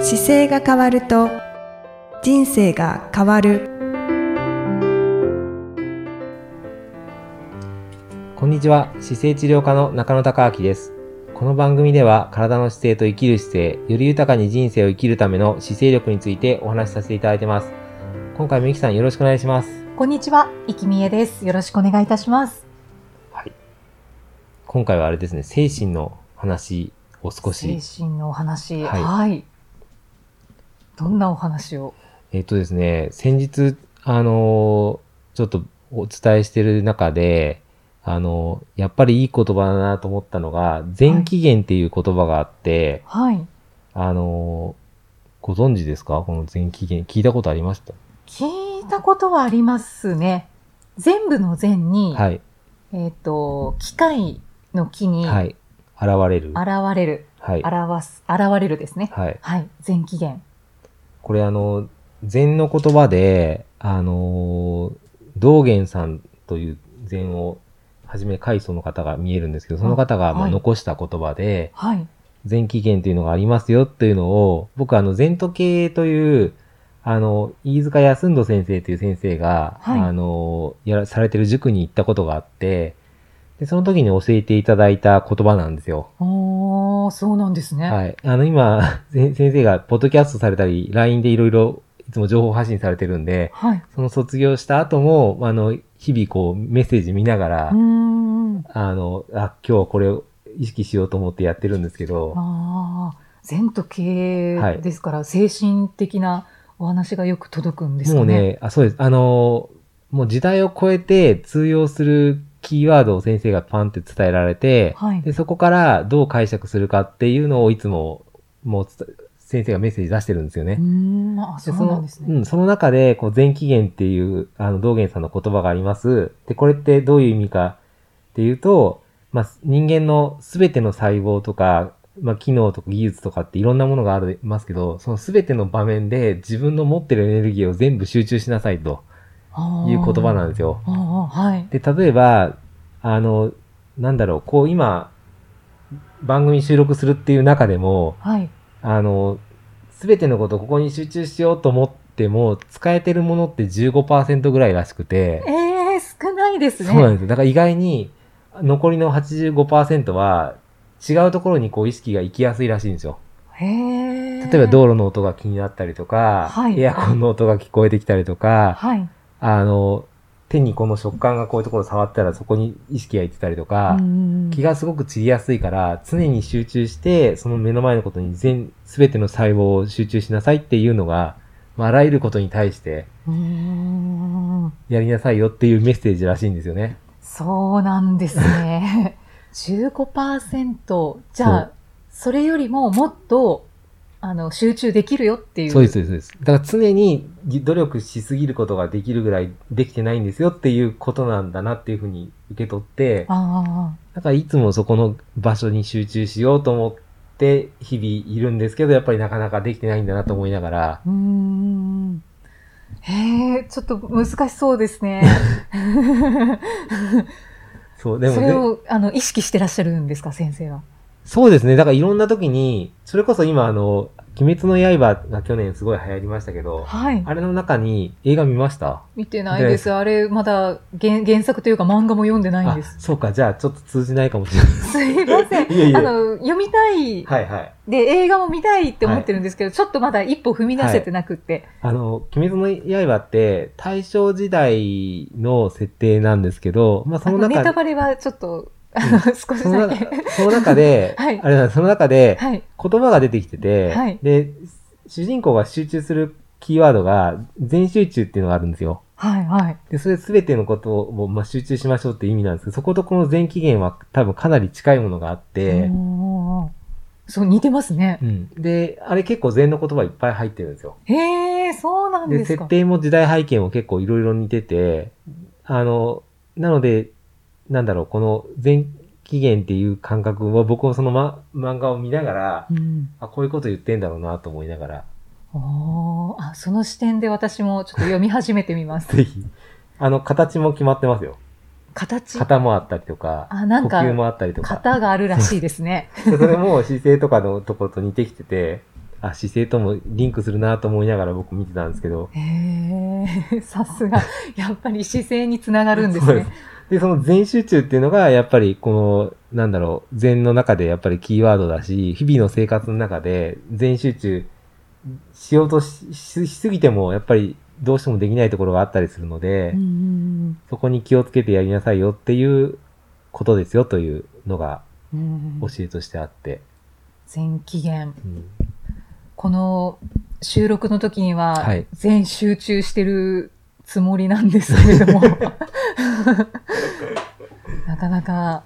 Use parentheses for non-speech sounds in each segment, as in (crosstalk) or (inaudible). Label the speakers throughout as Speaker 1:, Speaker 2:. Speaker 1: 姿勢が変わると人生が変わる
Speaker 2: こんにちは姿勢治療科の中野孝明ですこの番組では体の姿勢と生きる姿勢より豊かに人生を生きるための姿勢力についてお話しさせていただいてます今回もゆきさんよろしくお願いします
Speaker 3: こんにちは、いきみえです。よろしくお願いいたします。
Speaker 2: 今回はあれですね精神の話を少
Speaker 3: 精
Speaker 2: し
Speaker 3: 神のお話、
Speaker 2: は
Speaker 3: はいい、どんなお話を。
Speaker 2: えっとですね先日あのーちょっとお伝えしてる中であのーやっぱりいい言葉だなと思ったのが前期限っていう言葉があって、
Speaker 3: はい。
Speaker 2: あのーご存知ですかこの前期限。聞いたことありました
Speaker 3: 聞いたことはありますね。全部の全に、
Speaker 2: はい。
Speaker 3: えっ、と、機械の木に、
Speaker 2: は
Speaker 3: 現
Speaker 2: い。現れる。
Speaker 3: れる、
Speaker 2: はい。
Speaker 3: 表す、現れるですね。
Speaker 2: はい。
Speaker 3: はい、全期限。
Speaker 2: これあの、禅の言葉で、あのー道元さんという禅を、はじめ開祖の方が見えるんですけど、その方がまあ
Speaker 3: はい
Speaker 2: 残した言葉で、
Speaker 3: はい。
Speaker 2: 前期限というのがありますよというのを、僕あの、禅と系という、あの、飯塚安人先生という先生が、
Speaker 3: はい
Speaker 2: あの、やら、されてる塾に行ったことがあって、で、その時に教えていただいた言葉なんですよ。
Speaker 3: おー、そうなんですね。
Speaker 2: はい。あの、今、 (laughs) 先先生が、ポッドキャストされたり、LINE でいろいろ、いつも情報発信されてるんで、
Speaker 3: はい。
Speaker 2: その卒業した後も、あの、日々こう、メッセージ見ながら
Speaker 3: うー、ん。
Speaker 2: あの、あ、今日はこれを意識しようと思ってやってるんですけど、
Speaker 3: ああ、善と経
Speaker 2: はい
Speaker 3: ですから、精神的なお話がよく届くんです
Speaker 2: も
Speaker 3: か
Speaker 2: う
Speaker 3: ね。
Speaker 2: ね、あ、そうです。あの、もう時代を超えて通用するキーワードを先生がパンって伝えられて、
Speaker 3: はい。
Speaker 2: で、そこからどう解釈するかっていうのをいつも、もうつた、先生がメッセージ出してるんですよね
Speaker 3: うー。ん、あ、
Speaker 2: で
Speaker 3: そうなんです
Speaker 2: その
Speaker 3: ね。
Speaker 2: うん、その中で、こう、前期限っていう、あの、道元さんの言葉があります。で、これってどういう意味かっていうと、まあ、人間のすべての細胞とか、まあ、機能とか技術とかっていろんなものがありますけど、そのすべての場面で自分の持ってるエネルギーを全部集中しなさいと
Speaker 3: あー
Speaker 2: いう言葉なんですよ。
Speaker 3: あーはい。
Speaker 2: で、例えば、あの、なんだろう、こう今、番組収録するっていう中でも、
Speaker 3: はい。
Speaker 2: あの、すべてのことここに集中しようと思っても、使えてるものって15%ぐらいらしくて、
Speaker 3: えー、少ないですね。
Speaker 2: そうなんですよ。だから意外に、残りの85%は、違うところにこう意識が行きやすいらしいんですよ。
Speaker 3: へえ。
Speaker 2: 例えば道路の音が気になったりとか、
Speaker 3: はい
Speaker 2: エアコンの音が聞こえてきたりとか、
Speaker 3: はい。
Speaker 2: あの、手にこの食感がこういうところ触ったらそこに意識が行ってたりとか、気
Speaker 3: 気
Speaker 2: がすごく散りやすいから、常に集中して、その目の前のことに全、すべての細胞を集中しなさいっていうのが、まあ、あらゆることに対して
Speaker 3: うーん。
Speaker 2: やりなさいよっていうメッセージらしいんですよね。
Speaker 3: そうなんですね。15%じゃ
Speaker 2: そ
Speaker 3: あ、それよりももっと、あの、集中できるよっていう。
Speaker 2: そうです、そうですそうです。だから常に努力しすぎることができるぐらいできてないんですよっていうことなんだなっていうふうに受け取って、
Speaker 3: あ
Speaker 2: だからいつもそこの場所に集中しようと思って日々いるんですけど、やっぱりなかなかできてないんだなと思いながら、
Speaker 3: あ。うーん。へえ、ちょっと難しそうで
Speaker 2: (laughs)
Speaker 3: すね。
Speaker 2: そう、でも
Speaker 3: (laughs) そ
Speaker 2: ね
Speaker 3: れをあの意識してらっしゃるんですか、先生は。
Speaker 2: そうですね。だからいろんな時に、それこそ今あの、鬼滅の刃が去年すごい流行りましたけど、
Speaker 3: はい。
Speaker 2: あれの中に映画見ました
Speaker 3: 見てないです。あれ、まだ原原作というか漫画も読んでないんです
Speaker 2: あ、。そうか。じゃあちょっと通じないかもしれない。
Speaker 3: (laughs) すいません。
Speaker 2: いえいえ
Speaker 3: あの、読みたい、
Speaker 2: はいはい。
Speaker 3: で、映画も見たいって思ってるんですけど、ちょっとまだ一歩踏み出せてなくって。
Speaker 2: あの、鬼滅の刃って大正時代の設定なんですけど、まあそ
Speaker 3: あ
Speaker 2: の
Speaker 3: のネ
Speaker 2: 中
Speaker 3: タ
Speaker 2: で、
Speaker 3: バレはちょっと、あの、少し
Speaker 2: その
Speaker 3: だ
Speaker 2: 中
Speaker 3: け。
Speaker 2: (laughs) その中で、
Speaker 3: (laughs) はい
Speaker 2: あれなんですその中で
Speaker 3: はい。
Speaker 2: 言葉が出てきてて、
Speaker 3: はい
Speaker 2: で、主人公が集中するキーワードが全集中っていうのがあるんですよ。
Speaker 3: はい、はい。
Speaker 2: で、それ全てのことを、まあ、集中しましょうって意味なんですけど、そことこの前期限は多分かなり近いものがあって、
Speaker 3: おーそう、似てますね
Speaker 2: う。ん。で、あれ結構禅の言葉いっぱい入ってるんですよ。
Speaker 3: へえ、そうなん
Speaker 2: で、
Speaker 3: です
Speaker 2: 設
Speaker 3: か。
Speaker 2: 定も時代背景も結構いろいろ似てて、あの、なので、なんだろう、この前期限っていう感覚は僕もその、ま、漫画を見ながら、
Speaker 3: うん。
Speaker 2: あ、こういうこと言ってんだろうなと思いながら、
Speaker 3: おーあ、その視点で私もちょっと読み始めてみます。
Speaker 2: ぜひ、あの、形も決まってますよ。
Speaker 3: 形。
Speaker 2: 型もあったりとか、
Speaker 3: あ、な
Speaker 2: 呼
Speaker 3: ん
Speaker 2: 吸
Speaker 3: か、
Speaker 2: もあったりとか。
Speaker 3: 型があるらしいですね。
Speaker 2: でそれも姿勢とかのとこと似てきてて、あ、姿勢ともリンクするなと思いながら僕見てたんですけど、
Speaker 3: へえ、 (laughs) さ
Speaker 2: (laughs)
Speaker 3: すが。やっぱり姿勢につながるんです
Speaker 2: そうで
Speaker 3: ね
Speaker 2: す。で、その全集中っていうのが、やっぱりこの、なんだろう、禅の中でやっぱりキーワードだし、日々の生活の中で全集中しようとしししすぎても、やっぱりどうしてもできないところがあったりするので、
Speaker 3: うんうん
Speaker 2: そこに気をつけてやりなさいよっていうことですよというのが
Speaker 3: うんうん
Speaker 2: 教えとしてあって。
Speaker 3: 全期限。
Speaker 2: うん
Speaker 3: この収録の時には
Speaker 2: はい
Speaker 3: 全集中してるつもりなんですけれども、 (laughs) なかなか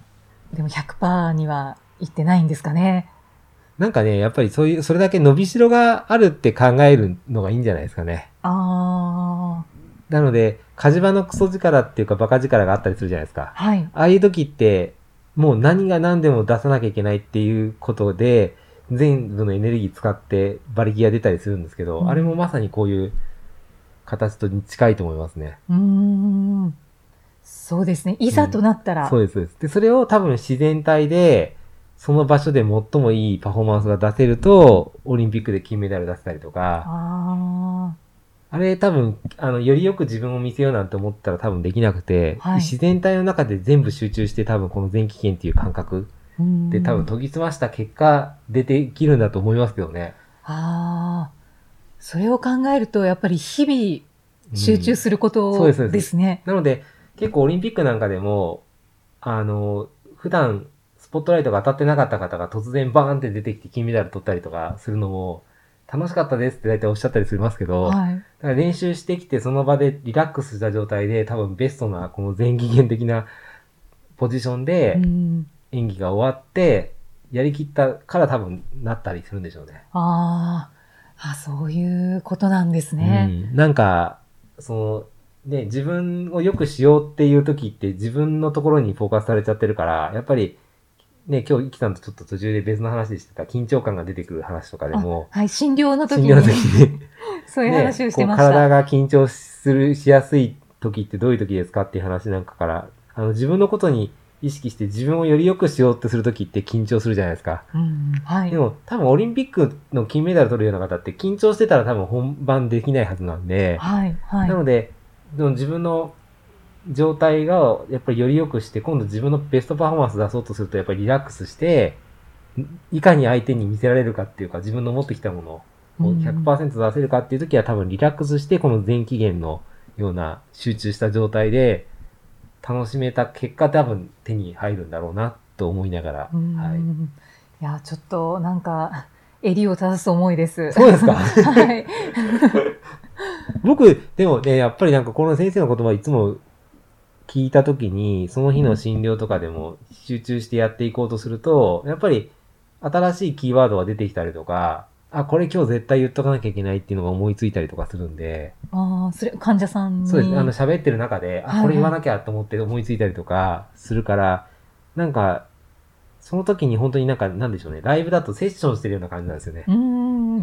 Speaker 3: でも100%にはいってないんですかね。
Speaker 2: なんかね、やっぱりそういう、それだけ伸びしろがあるって考えるのがいいんじゃないですかね。
Speaker 3: ああ、
Speaker 2: なので、火事場のクソ力っていうかバカ力があったりするじゃないですか。
Speaker 3: はい。
Speaker 2: ああいう時って、もう何が何でも出さなきゃいけないっていうことで、全部のエネルギー使って馬力が出たりするんですけど、
Speaker 3: うん
Speaker 2: あれもまさにこういう形と近いと思いますね。
Speaker 3: うーん。そうですね。いざとなったら、
Speaker 2: そうです、そうです。で、それを多分自然体で、その場所で最もいいパフォーマンスが出せると、オリンピックで金メダル出せたりとか、
Speaker 3: ああ、
Speaker 2: あれ多分、あの、よりよく自分を見せようなんて思ったら多分できなくて、
Speaker 3: はい
Speaker 2: 自然体の中で全部集中して多分この前期権っていう感覚、
Speaker 3: うん
Speaker 2: で、多分研ぎ澄ました結果、出てきるんだと思いますけどね。
Speaker 3: ああ、それを考えるとやっぱり日々集中するこ
Speaker 2: うんそう
Speaker 3: と
Speaker 2: ですそう
Speaker 3: で
Speaker 2: です
Speaker 3: ね。
Speaker 2: なので、結構オリンピックなんかでも、あの、普段、スポットライトが当たってなかった方が突然バーンって出てきて金メダル取ったりとかするのも、楽しかったですって大体おっしゃったりしますけど、だ
Speaker 3: はい。
Speaker 2: から練習してきてその場でリラックスした状態で多分ベストなこの前期限的なポジションで
Speaker 3: うん
Speaker 2: 演技が終わって、やりきったから多分なったりするんでしょうね。
Speaker 3: あーあ、そういうことなんですね。
Speaker 2: うん、なんか、その、ね、自分を良くしようっていう時って自分のところにフォーカスされちゃってるから、やっぱり、ね、今日、イキさんとちょっと途中で別の話でしてた緊張感が出てくる話とかでも、
Speaker 3: はい、診療の時
Speaker 2: 診
Speaker 3: に
Speaker 2: 療の時に、
Speaker 3: (laughs) そういう話をしてまし
Speaker 2: こう
Speaker 3: た。
Speaker 2: 体が緊張する、しやすい時ってどういう時ですかっていう話なんかから、あの、自分のことに意識して自分をより良くしようってする時って緊張するじゃないですか。
Speaker 3: うん、はい
Speaker 2: で。も、多分オリンピックの金メダル取るような方って緊張してたら多分本番できないはずなんで、
Speaker 3: はい、はい
Speaker 2: な。ので、でも自分の状態がやっぱりより良くして、今度自分のベストパフォーマンス出そうとすると、やっぱりリラックスして、いかに相手に見せられるかっていうか、自分の持ってきたものを
Speaker 3: うん
Speaker 2: 100%出せるかっていう時は、多分リラックスして、この全期限のような集中した状態で、楽しめた結果、多分手に入るんだろうなと思いながら。
Speaker 3: うん
Speaker 2: はい
Speaker 3: いや、ちょっとなんか、襟を正す思いです。
Speaker 2: そうですか
Speaker 3: (laughs) はい。
Speaker 2: 僕、でもね、やっぱりなんかこの先生の言葉いつも聞いたときに、その日の診療とかでも集中してやっていこうとすると、やっぱり新しいキーワードが出てきたりとか、あ、これ今日絶対言っとかなきゃいけないっていうのが思いついたりとかするんで、
Speaker 3: ああ、それ、患者さんに。
Speaker 2: そうです。あの、喋ってる中で、
Speaker 3: はいは
Speaker 2: あ、
Speaker 3: い
Speaker 2: これ言わなきゃと思って思いついたりとかするから、なんか、その時に本当になんか、なんでしょうね、ライブだとセッションしてるような感じなんですよね。
Speaker 3: うん。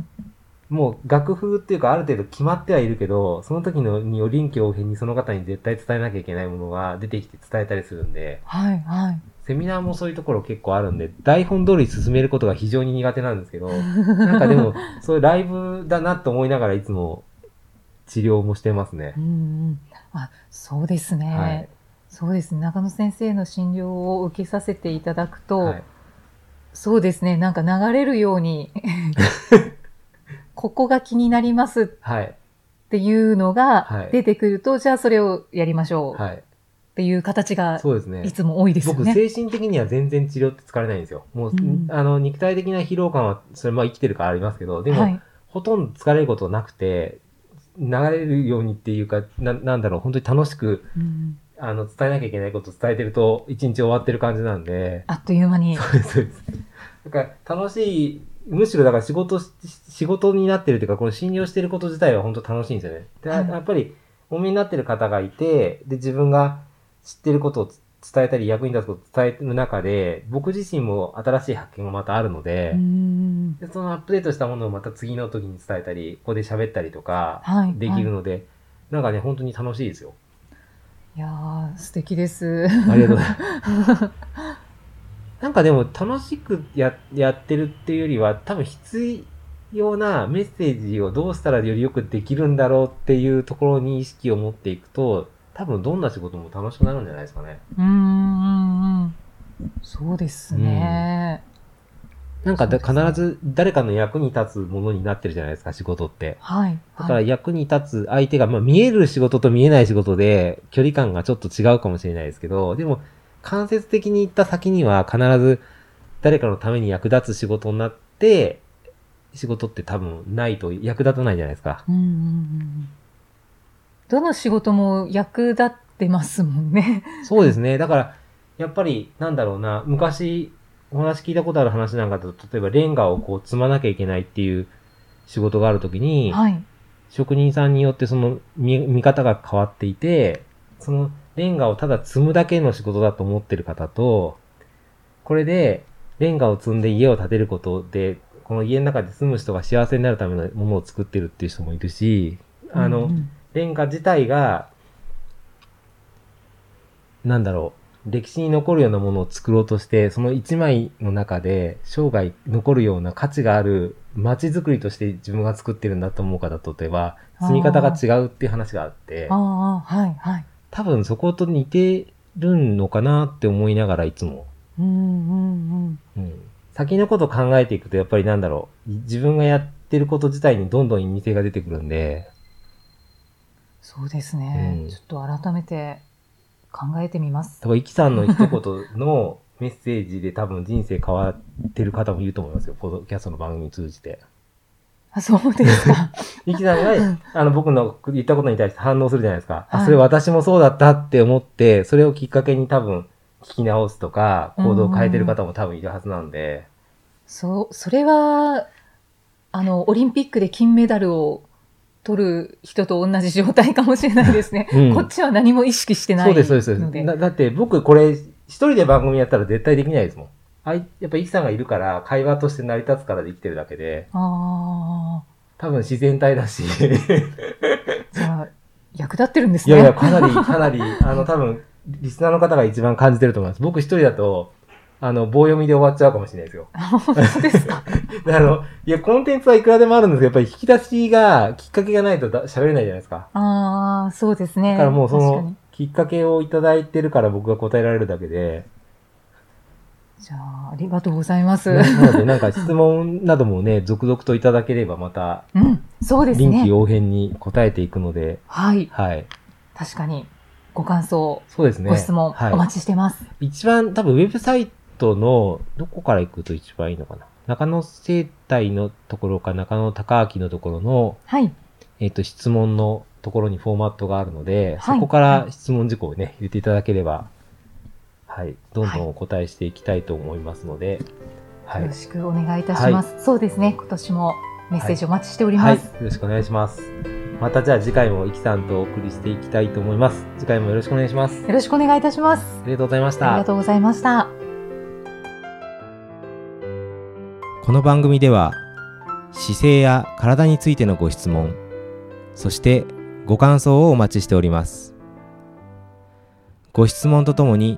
Speaker 2: もう楽譜っていうかある程度決まってはいるけど、その時のによ臨機応変にその方に絶対伝えなきゃいけないものが出てきて伝えたりするんで、
Speaker 3: はい、はい。
Speaker 2: セミナーもそういうところ結構あるんで、台本通り進めることが非常に苦手なんです
Speaker 3: (laughs)
Speaker 2: けど、なんかでも、そういうライブだなと思いながらいつも治療もしてますね
Speaker 3: う。ん。あ、そうですね。
Speaker 2: はい
Speaker 3: そうですね。中野先生の診療を受けさせていただくと、
Speaker 2: はい。
Speaker 3: そうですね。なんか流れるよ
Speaker 2: (laughs)
Speaker 3: うに、ここが気になりますっ
Speaker 2: はい。
Speaker 3: ていうの
Speaker 2: は
Speaker 3: が
Speaker 2: い
Speaker 3: 出てくると、じゃあそれをやりましょうっ
Speaker 2: はい。
Speaker 3: ていう形が
Speaker 2: そうですね
Speaker 3: い。つも多いですよ
Speaker 2: 僕、
Speaker 3: ね。
Speaker 2: 精神的には全然治療って疲れないんですよ。もう、
Speaker 3: うん
Speaker 2: あの、肉体的な疲労感は、それまあ生きてるからありますけど、でも、
Speaker 3: はい。
Speaker 2: ほとんど疲れることなくて、流れるようにっていうか、ななんだろう、本当に楽しく、
Speaker 3: うん
Speaker 2: あの、伝えなきゃいけないことを伝えてると、一日終わってる感じなんで、 (laughs)
Speaker 3: あっという間に。
Speaker 2: そうです、そうです。だから、楽しい、むしろだから仕事し、仕事になってるというか、この診療してること自体は本当楽しいんですよね。で、や
Speaker 3: はい
Speaker 2: やっぱり、お見になってる方がいて、で、自分が知ってることを伝えたり、役に立つことを伝える中で、僕自身も新しい発見がまたあるので、
Speaker 3: うん
Speaker 2: で、そのアップデートしたものをまた次の時に伝えたり、ここで喋ったりとか、
Speaker 3: はい。
Speaker 2: できる
Speaker 3: はい
Speaker 2: ので、なんかね、本当に楽しいですよ。
Speaker 3: いやー素敵です。
Speaker 2: ありがとうございます。なんかでも、楽しくややってるっていうよりは、多分必ようなメッセージをどうしたらよりよくできるんだろうっていうところに意識を持っていくと、多分どんな仕事も楽しくなるんじゃないですかね。
Speaker 3: うんうんうん。そうですね。
Speaker 2: なんかだ
Speaker 3: そうですね
Speaker 2: 必ず誰かの役に立つものになってるじゃないですか、仕事って。
Speaker 3: はい。
Speaker 2: だから
Speaker 3: はい、
Speaker 2: 役に立つ相手が、まあ、見える仕事と見えない仕事で距離感がちょっと違うかもしれないですけど、でも間接的に行った先には必ず誰かのために役立つ仕事になって、仕事って多分ないと役立たないじゃないですか。
Speaker 3: うんうんうん。どの仕事も役立ってますも
Speaker 2: (laughs)
Speaker 3: んね。
Speaker 2: そうですね。だから、やっぱり、なんだろうな、昔、お話聞いたことある話なんかだと、例えばレンガをこう積まなきゃいけないっていう仕事があるときに、
Speaker 3: はい。
Speaker 2: 職人さんによってその見見方が変わっていて、そのレンガをただ積むだけの仕事だと思ってる方と、これでレンガを積んで家を建てることで、この家の中で住む人が幸せになるためのものを作ってるっていう人もいるし、あの、
Speaker 3: うんうん
Speaker 2: レンガ自体が、なんだろう、歴史に残るようなものを作ろうとして、その一枚の中で生涯残るような価値がある街づくりとして自分が作ってるんだと思う方とでは、住み方が違うっていう話があって、
Speaker 3: ああ、はい、はい。
Speaker 2: 多分そこと似てるのかなって思いながらいつも、
Speaker 3: うんうんうん。
Speaker 2: うん、先のことを考えていくとやっぱりなんだろう、自分がやってること自体にどんどん意味性が出てくるんで、
Speaker 3: そうですね。
Speaker 2: うん
Speaker 3: ちょっと改めて考えてみます。
Speaker 2: 多分、イキさんの一言の (laughs) メッセージで多分人生変わってる方もいると思いますよ。ポッドキャストの番組通じて。
Speaker 3: あ、そうです
Speaker 2: (laughs)
Speaker 3: か。
Speaker 2: イキさんが、あの、僕の言ったことに対して反応するじゃないですか。
Speaker 3: は
Speaker 2: あ、
Speaker 3: い
Speaker 2: それ私もそうだったって思って、それをきっかけに多分聞き直すとか、行動を変えてる方も多分いるはずなんで。
Speaker 3: そう、それは、あの、オリンピックで金メダルを取る人と同じ状態かもしれないですね。
Speaker 2: (laughs) うん
Speaker 3: こっちは何も意識してない
Speaker 2: そう
Speaker 3: の
Speaker 2: で
Speaker 3: で。
Speaker 2: す、そうですそうです。だだって僕これ、一人で番組やったら絶対できないですもん。あいやっぱイキさんがいるから、会話として成り立つからできてるだけで、
Speaker 3: あ
Speaker 2: 多分自然体だし。
Speaker 3: あ、じゃあ、役立ってるんです
Speaker 2: い
Speaker 3: ね。
Speaker 2: やいや、
Speaker 3: (laughs)
Speaker 2: かなり、かなり、あの、多分、リスナーの方が一番感じてると思います。僕一人だと、あの、棒読みで終わっちゃうかもしれないですよ。
Speaker 3: 本当ですか。
Speaker 2: あの、いや、コンテンツはいくらでもあるんですけど、やっぱり引き出しが、きっかけがないとだ喋れないじゃないですか。
Speaker 3: ああ、そうですね。
Speaker 2: だからもうそ
Speaker 3: 確か
Speaker 2: の
Speaker 3: に、
Speaker 2: きっかけをいただいてるから僕が答えられるだけで、
Speaker 3: じゃあ、ありがとうございます。
Speaker 2: ななので、なんか質問などもね、続々といただければまた、
Speaker 3: うん、そうです
Speaker 2: 臨機
Speaker 3: ね。
Speaker 2: 応変に答えていくので、
Speaker 3: はい。
Speaker 2: はい。
Speaker 3: 確かに、ご感想、
Speaker 2: そうですね。
Speaker 3: ご質問、お
Speaker 2: はい。
Speaker 3: 待ちしてます。
Speaker 2: 一番、多分ウェブサイトの、どこから行くと一番いいのかな。中野生態のところか、中野高明のところの、
Speaker 3: はい。
Speaker 2: えっ、と、質問のところにフォーマットがあるので、
Speaker 3: はい
Speaker 2: そこから質問事項をね、入れていただければ、はい、どんどんお答えしていきたいと思いますので、はい。
Speaker 3: よろしくお願いいたします。そうですね。今年もメッセージお待ちしており
Speaker 2: はい、
Speaker 3: ま
Speaker 2: よ
Speaker 3: す。
Speaker 2: ろしくお願いします。またじゃあ次回もイキさんとお送りしていきたいと思います。次回もよろしくお願いします。
Speaker 3: よろしくお願いいたします。
Speaker 2: ありがとうございまし
Speaker 3: あり
Speaker 2: た
Speaker 3: が。とうございました。
Speaker 2: この番組では姿勢や体についてのご質問そしてご感想をお待ちしておりますご質問とともに